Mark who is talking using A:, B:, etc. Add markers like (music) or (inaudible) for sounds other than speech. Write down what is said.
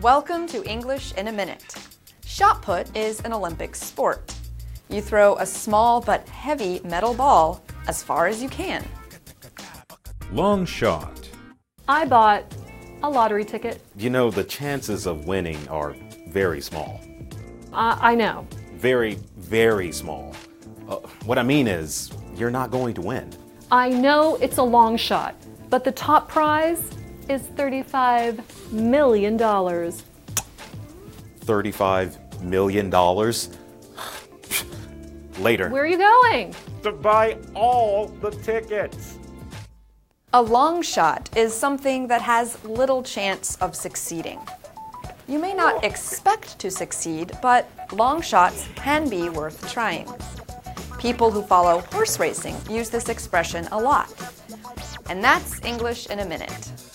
A: Welcome to English in a Minute. Shot put is an Olympic sport. You throw a small but heavy metal ball as far as you can.
B: Long shot.
C: I bought a lottery ticket.
D: You know, the chances of winning are very small.
C: I I know.
D: Very, very small. Uh, what I mean is, you're not going to win.
C: I know it's a long shot, but the top prize is $35 million.
D: $35 million? (sighs) Later.
C: Where are you going?
E: to buy all the tickets.
A: A long shot is something that has little chance of succeeding. You may not expect to succeed, but long shots can be worth trying. People who follow horse racing use this expression a lot. And that's English in a minute.